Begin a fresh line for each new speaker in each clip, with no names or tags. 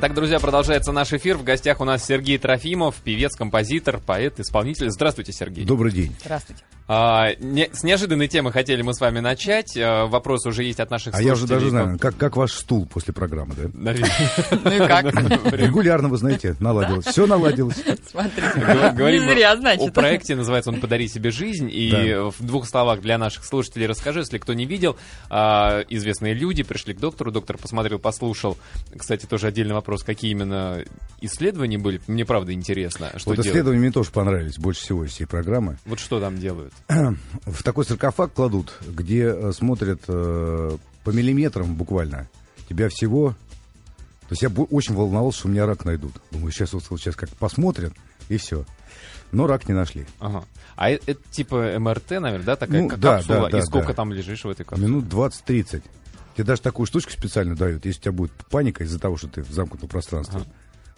Так, друзья, продолжается наш эфир. В гостях у нас Сергей Трофимов, певец, композитор, поэт, исполнитель. Здравствуйте, Сергей.
Добрый день.
Здравствуйте.
А, не- с неожиданной темы хотели мы с вами начать. А, вопрос уже есть от наших
А
слушателей.
я уже даже знаю, как, как ваш стул после программы, да?
Наверное.
Ну и как?
Регулярно, вы знаете, наладилось. Все наладилось.
Говор-
Смотрите. Не
Говорим
зря,
о
значит.
проекте, называется он «Подари себе жизнь». И
Да.
в двух словах для наших слушателей расскажу, если кто не видел. а, Известные люди пришли к доктору, доктор посмотрел, послушал. Кстати, тоже отдельный вопрос, какие именно исследования были. Мне правда интересно, что
Вот
делают.
исследования мне тоже понравились больше всего из всей программы.
Вот что там делают?
В такой саркофаг кладут, где э, смотрят э, по миллиметрам буквально. Тебя всего... То есть я бу- очень волновался, что у меня рак найдут. Думаю, сейчас вот сейчас как посмотрят, и все. Но рак не нашли.
Ага. А э- это, типа МРТ, наверное, да, такая
Ну,
как
да,
капсула?
да, да,
и сколько
да. Ну,
там лежишь в этой капсуле?
Минут 20-30. Тебе даже такую штучку специально дают, если у тебя будет паника из-за того, что ты в замкнутом пространстве.
Ага.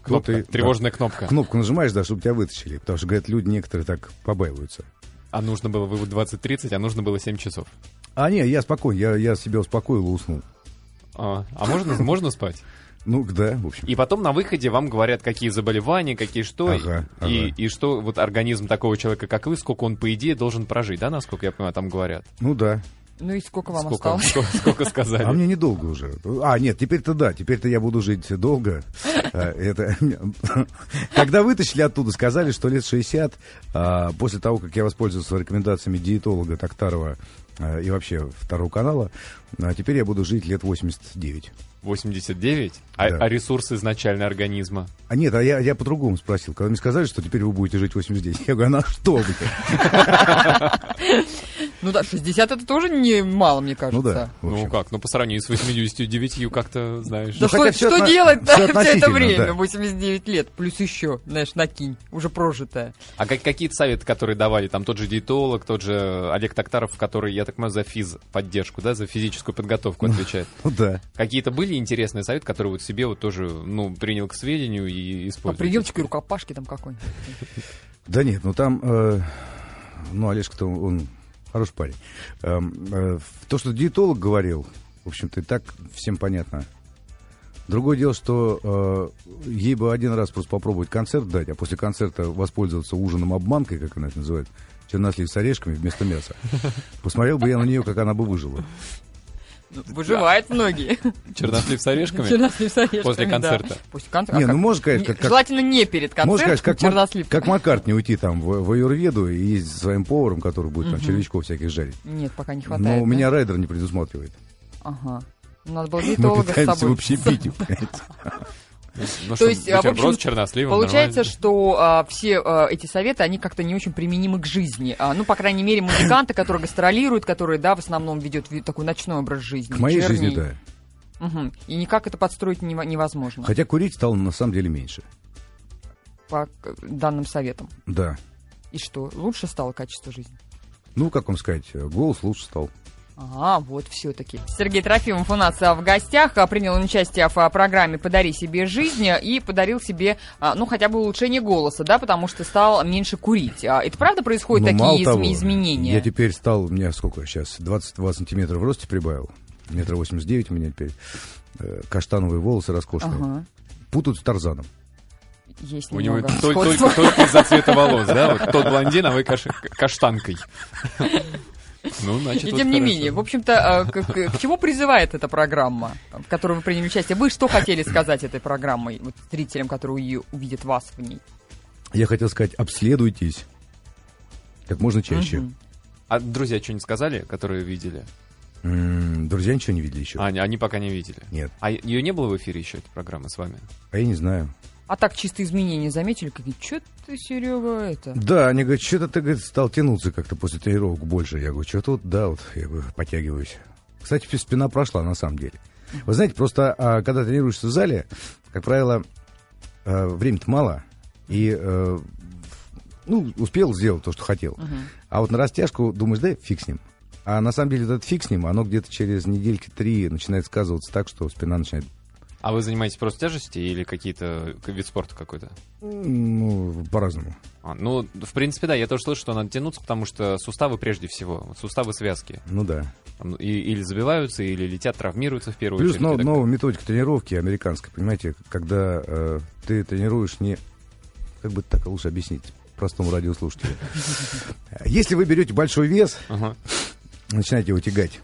Кнопка,
ты- да.
тревожная кнопка.
Кнопку нажимаешь, да, чтобы тебя вытащили. Потому что, говорят, люди некоторые так побаиваются.
А нужно было вывод 20-30, а нужно было 7 часов.
А, не, я спокоен, я, я себя успокоил и уснул.
А, а можно, можно спать?
Ну, да, в общем.
И потом на выходе вам говорят, какие заболевания, какие что,
Ага,
и,
ага.
и что вот организм такого человека, как вы, сколько он, по идее, должен прожить, да, насколько я понимаю, там говорят?
Ну, да.
Ну и сколько вам
сколько,
осталось?
сколько, сколько сказали?
А мне недолго уже. А, нет, теперь-то да, теперь-то я буду жить долго. А, Это... Когда вытащили оттуда, сказали, что лет 60, а, после того, как я воспользовался рекомендациями диетолога Токтарова а, и вообще Второго канала, а, теперь я буду жить лет 89.
89? А,
Да.
а ресурсы изначально организма?
А нет, а я, я по-другому спросил. Когда мне сказали, что теперь вы будете жить 89, я говорю, а на что? вы-то?»
Ну да, 60 это тоже немало, мне кажется.
Ну да. в
Ну
общем.
как, ну по сравнению с 89, как-то, знаешь...
Да
Ну,
что,
хотя всё
что
отно-
делать-то
всё
все это
относительно,
время?
да.
89 лет, плюс еще, знаешь, накинь, уже прожитая.
А как- какие-то советы, которые давали, там тот же диетолог, тот же Олег Токтаров, который, я так понимаю, за физ поддержку, да, за физическую подготовку отвечает.
Ну да.
Какие-то были интересные советы, которые вот себе вот тоже, ну, принял к сведению и
А
использовал?
приемчик и рукопашки там какой-нибудь.
Да нет, ну там, э, ну Олежка-то он хороший парень. Эм, э, в- то, что диетолог говорил, в общем-то, и так всем понятно. Другое дело, что э, ей бы один раз просто попробовать концерт дать, а после концерта воспользоваться ужином обманкой, как она это называет, чернослив с орешками вместо мяса. Посмотрел бы я на нее, как она бы выжила.
Ну, Выживают многие.
Чернослив с орешками?
Чернослив с орешками,
После
да.
концерта.
После концерта.
Не,
А
ну
как-
можно,
не-
конечно, как,
Желательно не перед
Можно,
концертом,
конечно, как, Мак-
чернослив.
как Маккартни уйти там в, в Аюрведу и ездить со своим поваром, который будет там червячков всяких жарить.
Нет, пока не хватает.
Но Ну, у
да?
меня райдер не предусматривает.
Ага. Ну, Надо было
Мы
диетолога с
питаемся
собой.
в общепите, понимаете.
Ну,
То есть, а, в
бутерброд
общем,
с черносливом,
Получается,
нормально.
что а, все а, эти советы, они как-то не очень применимы к жизни. А, ну, по крайней мере, музыканты, которые гастролируют, которые, да, в основном ведет ви- такой ночной образ жизни.
К моей
вечерний.
жизни, да.
Мгм. И никак это подстроить нево- невозможно.
Хотя курить стало на самом деле меньше.
По к- данным советам.
Да.
И что? Лучше стало качество жизни.
Ну, как вам сказать, э, голос лучше стал.
А, вот все-таки. Сергей Трофимов у нас а, в гостях, а, принял он участие в а, программе «Подари себе жизнь» а, и подарил себе, а, ну, хотя бы улучшение голоса, да, потому что стал меньше курить. А, Это правда происходят
Ну, мало
такие из-
того,
изменения?
Я теперь стал, у меня сколько сейчас, 22 сантиметра в росте прибавил. Метр восемьдесят девять у меня теперь. Э, Каштановые волосы роскошные.
Ага.
Путают с Тарзаном.
Есть
У него
немного
тол- только,
сходства.
только, из-за цвета волос, да? Вот тот блондин, а вы каш- каштанкой. Ну, значит,
И
вот
тем не
хорошо.
менее, в общем-то, э, к, к- к чему призывает эта программа, в которой вы приняли участие? Вы что хотели сказать этой программой, вот, зрителям, которые ее увидят вас в ней?
Я хотел сказать, обследуйтесь как можно чаще.
Мгм.
А друзья что-нибудь сказали, которые видели?
М, Друзья ничего не видели еще?
А, не- они пока не видели.
Нет.
А ее не было в эфире еще, этой программы с вами?
А я не знаю.
А так чисто изменения заметили? Какие, что ты, Серега, это?
Да, они говорят, что-то ты говорит, стал тянуться как-то после тренировок больше. Я говорю, что-то вот, да, вот я говорю, подтягиваюсь. Кстати, вся спина прошла на самом деле. Вы знаете, просто а, когда тренируешься в зале, как правило, э, времени-то мало, и э, ну, успел сделать то, что хотел.
Мгм.
А вот на растяжку думаешь, да, фиг с ним. А на самом деле этот фиг с ним, оно где-то через недельки три начинает сказываться так, что спина начинает
А вы занимаетесь просто тяжести или какие-то вид спорта какой-то?
Ну, по-разному.
А, ну, в принципе, да, я тоже слышу, что надо тянуться, потому что суставы прежде всего, вот суставы связки.
Ну да.
Там и- или забиваются, или летят, травмируются в первую
Плюс ну,
очередь. и
но-
так
новая методика тренировки американская, понимаете, когда э, ты тренируешь не... Как бы так лучше объяснить простому радиослушателю. Если вы берете большой вес,
далее. Ага.
начинаете его тягать,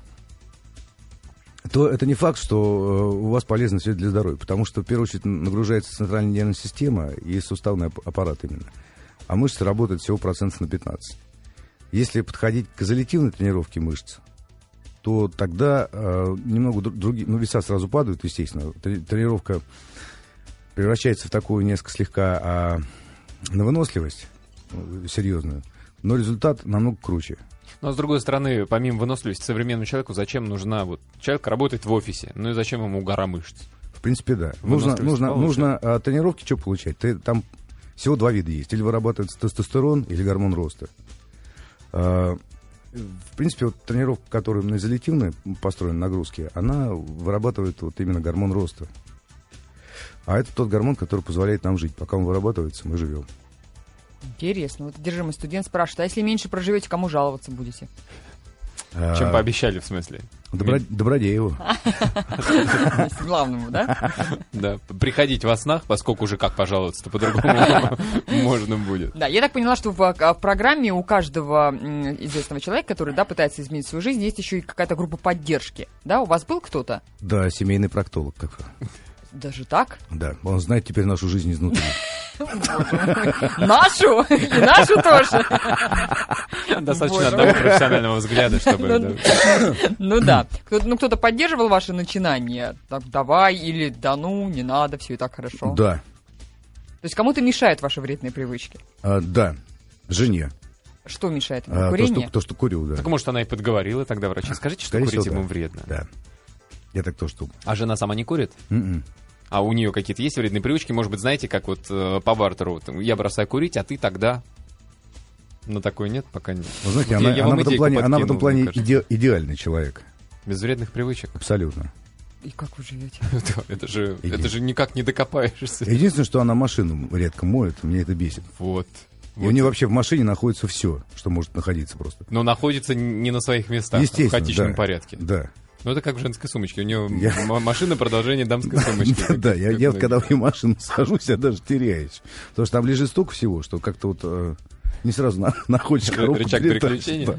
то это не факт, что э, у вас полезно все для здоровья, потому что в первую очередь нагружается центральная нервная система и суставный ап- аппарат именно. А мышцы работают всего процентов на 15. Если подходить к изолятивной тренировке мышц, то тогда э, немного дру- другие, ну веса сразу падают, естественно. Тре- Тренировка превращается в такую несколько слегка а, на выносливость э, серьезную, но результат намного круче.
Но, с другой стороны, помимо выносливости современному человеку, зачем нужна... Вот человек работает в офисе, ну и зачем ему гора мышц?
В принципе, да. Нужно,
Выносливость
нужно,
получше.
нужно а, тренировки что получать? Ты, там всего два вида есть. Или вырабатывается тестостерон, или гормон роста. А, в принципе, вот тренировка, которая на изолятивной построена нагрузки, она вырабатывает вот именно гормон роста. А это тот гормон, который позволяет нам жить. Пока он вырабатывается, мы живем.
Интересно. Вот одержимый студент спрашивает, а если меньше проживете, кому жаловаться будете?
А,
Чем пообещали, в смысле?
добро- Добродееву.
А? Главному, да?
Да, приходить во снах, поскольку уже как пожаловаться-то по-другому можно будет.
Да, я так поняла, что в, а, в программе у каждого м, известного человека, который, да, пытается изменить свою жизнь, есть еще и какая-то группа поддержки. Да, у вас был кто-то?
Да, семейный проктолог. Как,
Даже так?
да, он знает теперь нашу жизнь изнутри.
Нашу? И нашу тоже?
Достаточно
Боже
одного
мой.
профессионального взгляда, чтобы...
Ну,
да.
Ну да. Кто-то- Ну кто-то поддерживал ваши начинания? Так, давай, или да ну, не надо, все и так хорошо. То
Да,
есть кому-то мешают ваши вредные привычки?
А, да, жене.
Что мешает?
А, то, что,
Курение?
то, что курил, да.
Так может, она и подговорила тогда врача. Скажите, что
А, Скорее
курить
всего,
ему
да.
вредно.
Да. Я так тоже думаю.
А жена сама не курит?
М-м.
А у нее какие-то есть вредные привычки? Может быть, знаете, как вот э, по бартеру, там, я бросаю курить, а ты тогда... Ну, такой нет, пока нет.
Вы знаете,
Вот
она,
я- я
она
вам
в этом
идейку
плане, она в
подкинул,
этом
мне
плане
кажется.
иде- идеальный человек.
Без вредных привычек.
Абсолютно.
И как вы живете?
Да, Это же,
Иди.
это же никак не докопаешься.
Единственное, что она машину редко моет, мне это бесит.
Вот.
И у нее вообще в машине находится все, что может находиться просто.
Но находится не на своих местах, в
Естественно,
хаотичном
да.
порядке.
Да.
Ну, это как в женской сумочке. У нее
Я-
м- машина продолжение дамской сумочки.
Да, да, я,
Как
я вот
многие.
когда в ее машину сажусь, я даже теряюсь. Потому что там лежит столько всего, что как-то вот э, не сразу на- находишь
Ры-
коробку.
рычаг
передач.
переключения.
Да.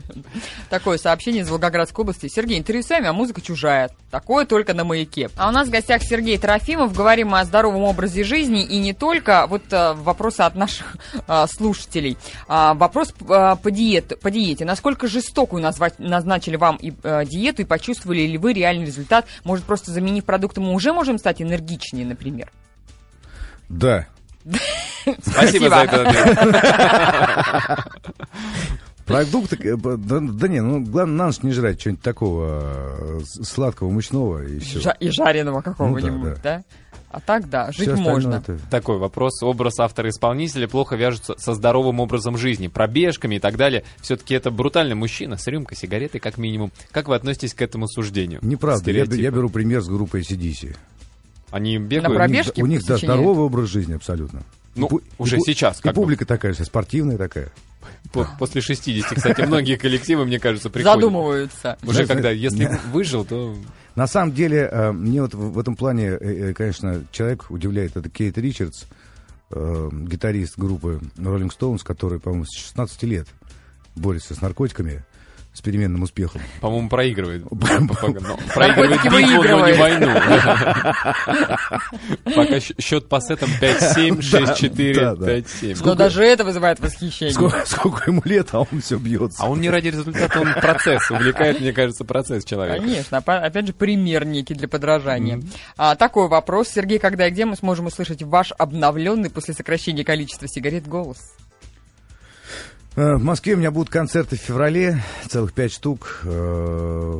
Такое сообщение из Волгоградской области. Сергей, интервью с вами, а музыка чужая. Такое только на маяке. А у нас в гостях Сергей Трофимов. Говорим мы о здоровом образе жизни и не только. Вот э, вопросы от наших э, слушателей. А, вопрос э, по, диет, по диете. Насколько жестокую назвать, назначили вам и, э, диету и почувствовали ли вы реальный результат? Может, просто заменив продукты, мы уже можем стать энергичнее, например?
Да.
Спасибо за
Спасибо.
этот ответ.
Продукты, э, б- да, да не, ну главное на ночь не жрать чего-нибудь такого э, с- сладкого, мучного и все.
Жа- и жареного какого-нибудь,
Ну да,
да, А так, да, жить
Всё остальное
можно.
это-
Такой вопрос. Образ автора-исполнителя плохо вяжется со здоровым образом жизни, пробежками и так далее. Все-таки это брутальный мужчина с рюмкой, сигаретой как минимум. Как вы относитесь к этому суждению?
Неправда. Я, б- я
Стереотипу.
беру пример с группой ACDC.
Они
На
бегают.
пробег-
У них,
Пробежки
у них да,
сочиняют.
здоровый образ жизни абсолютно.
Ну,
И пу-
уже
и пу-
сейчас
И
как бы.
публика такая вся, спортивная такая.
По- После 60, кстати, многие коллективы, мне кажется, приходят.
Задумываются.
Уже
Знаешь,
когда,
знаешь,
если выжил, то...
На самом деле, э, мне вот в в этом плане, э, э, конечно, человек удивляет. Это Кейт Ричардс, э, гитарист группы Rolling Stones, который, по-моему, с 16 лет борется с наркотиками с переменным успехом.
По-моему, проигрывает.
Бам.
Но Проигрывает
Наркотики
битву, но не
выигрывает.
войну. Пока щ- счет по сетам 5-7,
Да,
6-4,
да.
5-7.
Но даже это вызывает восхищение.
Сколько, сколько ему лет, а он все бьется.
А он не ради результата, он процесс. Увлекает, мне кажется, процесс человека.
Конечно, опа- опять же, пример некий для подражания. А, такой вопрос, Сергей, когда и где мы сможем услышать ваш обновленный после сокращения количества сигарет голос?
Э, В Москве у меня будут концерты в феврале, целых пять штук э,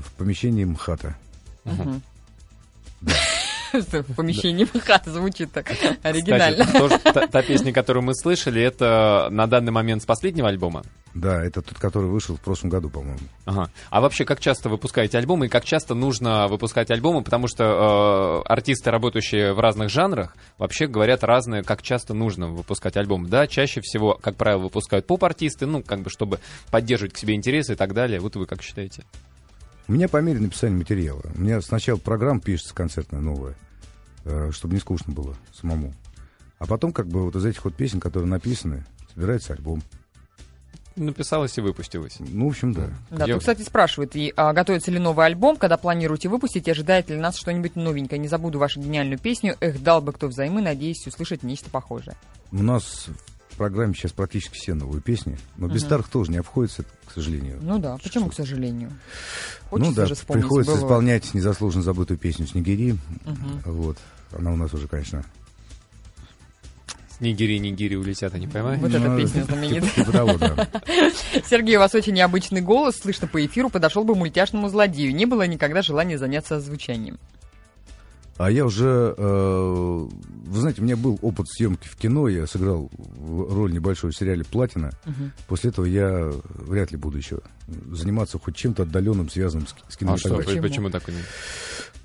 в помещении МХАТа.
Что, В помещении МХАТа звучит так оригинально.
Кстати, тоже та, та песня, которую мы слышали, это на данный момент с последнего альбома.
Да, это тот, который вышел в прошлом году, по-моему.
Ага. А вообще, как часто выпускаете альбомы и как часто нужно выпускать альбомы? Потому что э, артисты, работающие в разных жанрах, вообще говорят разные, как часто нужно выпускать альбом. Да, чаще всего, как правило, выпускают поп-артисты, ну, как бы, чтобы поддерживать к себе интересы и так далее. Вот вы как считаете?
У меня по мере написания материала. У меня сначала программа пишется концертная новая, э, чтобы не скучно было самому. А потом, как бы, вот из этих вот песен, которые написаны, собирается альбом.
Написалось и выпустилось.
Ну, в общем, да.
Да,
Где-
тут, кстати, спрашивают, и, а, готовится ли новый альбом, когда планируете выпустить, и ожидает ли нас что-нибудь новенькое? Не забуду вашу гениальную песню «Эх, дал бы кто взаймы», надеюсь услышать нечто похожее.
У нас в программе сейчас практически все новые песни, но без
Мгм.
старых тоже не обходится, к сожалению.
Ну да, почему, к сожалению?
ну да,
же вспомнить
приходится
былое.
исполнять незаслуженно забытую песню «Снегири».
Мгм.
Вот. Она у нас уже, конечно...
Нигири, нигири улетят, они поймают.
Вот эта
ну,
песня
типа-
знаменитая.
типа того, да.
Сергей, у вас очень необычный голос, слышно по эфиру, подошел бы мультяшному злодею. Не было никогда желания заняться озвучанием.
А я уже, э, вы знаете, у меня был опыт съемки в кино, я сыграл в- роль небольшой в сериале «Платина». После этого я вряд ли буду еще заниматься хоть чем-то отдаленным, связанным с, с кино.
А что,
Почему?
почему, почему так? и не-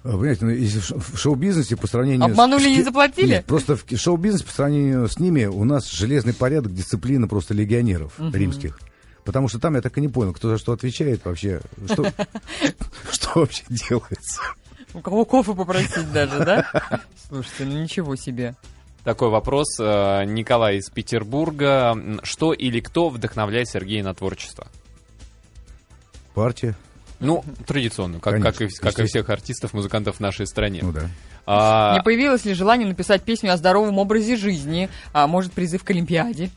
А, Понимаете, ну, если в ш- в шоу-бизнесе по сравнению... с-
Обманули,
с
не
ки-
заплатили?
Нет, просто в ки- шоу-бизнесе по сравнению с ними у нас железный порядок, дисциплина просто легионеров
Мгм.
римских. Потому что там я так и не понял, кто за что отвечает вообще, что, что вообще делается.
У кого кофе попросить даже, да? Слушайте, ну ничего себе.
Такой вопрос. э, Николай из Петербурга. М, Что или кто вдохновляет Сергея на творчество?
Партия,
Ну, традиционно, как, как, и,
Конечно,
как и
естественно.
всех артистов, музыкантов в нашей стране.
ну да.
А,
Не появилось ли желание написать песню о здоровом образе жизни, а может призыв к Олимпиаде?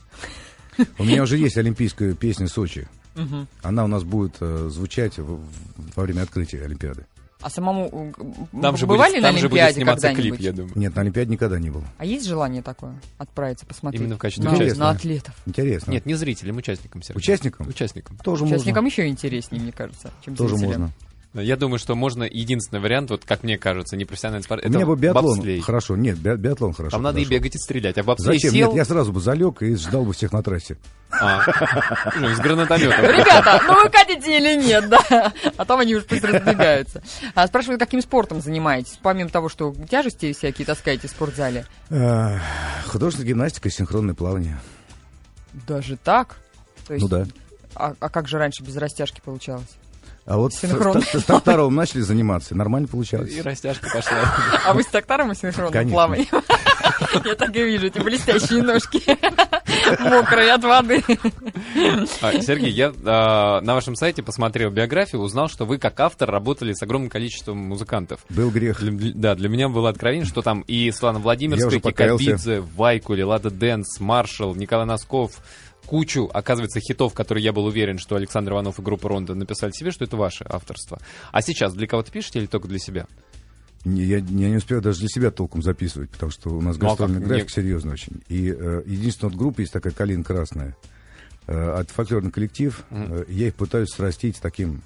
У меня уже есть олимпийская песня «Сочи».
Мгм.
Она у нас будет э, звучать в- в- во время открытия Олимпиады.
А самому э, г-
там же
бывали
будет,
на
там же будет
Олимпиаде
сниматься
когда-нибудь?
клип, я думаю.
Нет, на Олимпиаде никогда не было.
А есть желание такое отправиться посмотреть?
Именно в качестве
на,
участника.
на атлетов.
Интересно.
Нет, не зрителям, участникам, Сергей.
А. Участникам?
Участникам.
Тоже
Участникам еще интереснее, мне кажется, чем
можно. Тоже
зрителям.
можно.
Я думаю, что можно единственный вариант, вот как мне кажется, непрофессиональный спорт,
У меня бы биатлон
бобслей.
хорошо. Нет, би- биатлон хорошо.
Там надо и
подошел.
бегать, и стрелять. А бобслей
Зачем?
сел
Нет, я сразу бы залег и ждал бы всех на трассе.
а, ну, с
Ну,
гранатометом.
Ребята, ну вы катите или нет, да? А там они уже быстро разбегаются. А спрашивают, каким спортом занимаетесь? Помимо того, что тяжести всякие таскаете в спортзале.
Э, Художественная гимнастика и синхронное плавание.
Даже так? То есть,
Ну да.
а, а как же раньше без растяжки получалось?
А вот с,
Синхронное
с- с Токтаровым начали заниматься. Нормально
И
получалось.
растяжка пошла.
А вы с тактаром и синхронным
Конечно.
плаванием? Я так и вижу, эти блестящие ножки, мокрые от воды.
А, Сергей, я а, на вашем сайте посмотрел биографию, узнал, что вы как автор работали с огромным количеством музыкантов.
Был грех.
Для- для- да, для меня было откровение, что там и Слана
Я
Владимирская,
уже
и
покаялся.
Кикабидзе, Вайкули, Лада Дэнс, Маршал, Николай Носков, кучу, оказывается, хитов, которые я был уверен, что Александр Иванов и группа Ронда написали себе, что это ваше авторство. А сейчас для кого-то пишете или только для себя?
Не, Я, я не успел даже для себя толком записывать, потому что у нас
Ну, а как?
гастрольный график
Не-
серьезный очень. И э, единственная вот группа есть такая «Калин Красная». Э, от фольклорный коллектив.
Мгм.
Э, я их пытаюсь срастить с таким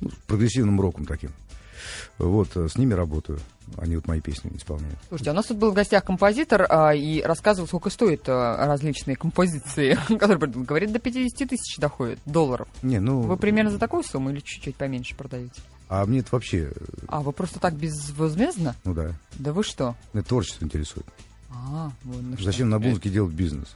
ну, с прогрессивным роком таким. Вот, э, с ними работаю. Они вот мои песни исполняют.
Слушайте, а у нас тут был в гостях композитор а, и рассказывал, сколько стоят а, различные композиции, которые придумал. Говорит, до 50 тысяч доходит долларов.
Не, ну,
Вы примерно за такую сумму или чуть-чуть поменьше продаете?
А мне это вообще, э,
А, вы просто так безвозмездно?
ну да,
Да вы что?
меня творчество интересует.
А, вот, ну что,
Зачем на музыке делать бизнес?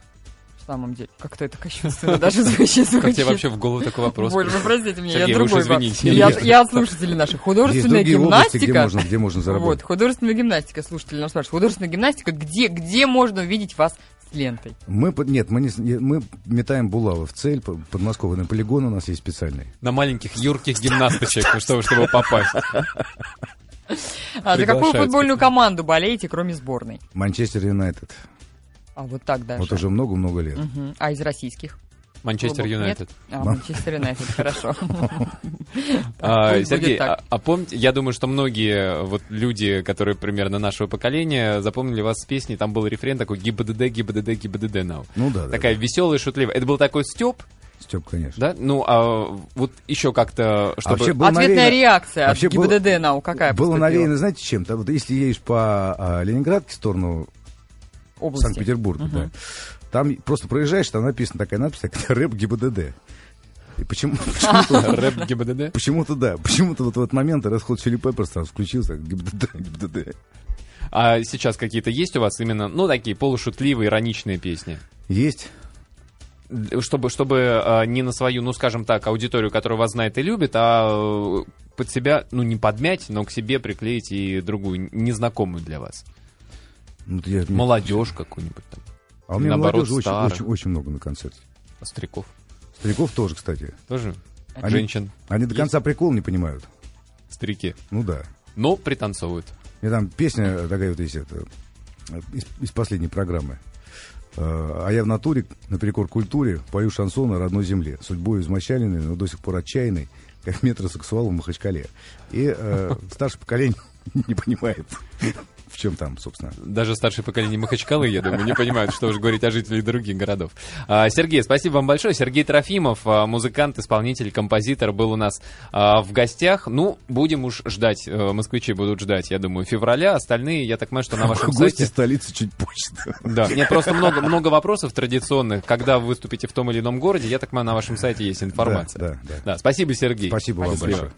В самом деле, как-то это кощунственно даже звучит.
Как тебе
звучит.
вообще в голову такой вопрос?
Боже, вы простите меня,
Сергей,
я
вы уж
другой вам.
извините.
Я,
Нет.
я от слушателей наших.
Есть
Художественная
другие области, где
гимнастика.
можно, где можно
вот,
заработать.
художественная гимнастика, слушатели нас спрашивают. Художественная гимнастика, где, где можно увидеть вас с лентой?
Мы, под- нет, мы, не с- не- мы метаем булавы в цель, по- подмосковный полигон у нас есть специальный.
На маленьких юрких гимнасточек, ну, чтобы, чтобы попасть.
А за какую
Приглашают.
футбольную команду болеете, кроме сборной?
Манчестер Юнайтед.
А вот так даже.
Вот уже много-много лет.
Мгм. А из российских?
Манчестер
Клубов нет?
Юнайтед.
Ну.
А, Манчестер Юнайтед, хорошо.
А,
Так, пусть
Сергей,
будет так.
а, а помните, я думаю, что многие вот люди, которые примерно нашего поколения, запомнили вас с песней, там был рефрен такой «ГИБДД, ГИБДД, ГИБДД now».
Ну да. да,
Такая веселая, шутливая. Это был такой степ,
Степ, конечно. А
Да? Ну, а вот еще
А
как-то, чтобы...
вообще было
Ответная
навеяно-
реакция
вообще
от
было-
ГИБДД НАУ какая
Было
поступила?
навеяно, знаете, чем-то? Вот если едешь по а, Ленинградке в сторону
Области.
Санкт-Петербурга,
Мгм.
да, там просто проезжаешь, там написана такая надпись, как рэп ГИБДД. И почему, почему-то,
Рэп ГИБДД?
почему-то, да, почему-то вот в этот момент расход Чили Пепперс там включился, ГИБДД, ГИБДД.
А сейчас какие-то есть у вас именно, ну, такие полушутливые, ироничные песни?
Есть?
Чтобы, чтобы а, не на свою, ну, скажем так, аудиторию, которая вас знает и любит, а э, под себя, ну, не подмять, но к себе приклеить и другую, незнакомую для вас.
Ну, вот я-
Молодежь какую-нибудь там,
а у меня
наоборот,
молодежи очень,
старых.
очень, очень много на концерте.
стариков.
Стариков тоже, кстати.
Тоже
Они-
женщин,
Они до
Есть?
конца прикол не понимают.
старики.
Ну да.
Но пританцовывают.
И там песня такая вот есть, это, э, из, из последней программы. Э, А я в натуре, наперекор культуре, пою шансон на родной земле. Судьбой измочаленной, но до сих пор отчаянной, как метросексуал в Махачкале. И э, старшее поколение не понимает, в чем там, собственно.
Даже старшее поколение Махачкалы, я думаю, не понимают, что уж говорить о жителях других городов. А, Сергей, спасибо вам большое. Сергей Трофимов, а, музыкант, исполнитель, композитор, был у нас а, в гостях. Ну, будем уж ждать. э, Москвичи будут ждать, я думаю, февраля. Остальные, я так понимаю, что на вашем
Гости
сайте...
столицы чуть позже.
Да, нет, просто много, много вопросов традиционных. Когда вы выступите в том или ином городе, я так понимаю, на вашем сайте есть информация.
Да, да, да.
спасибо, Сергей.
Спасибо вам
Счастливо.
большое.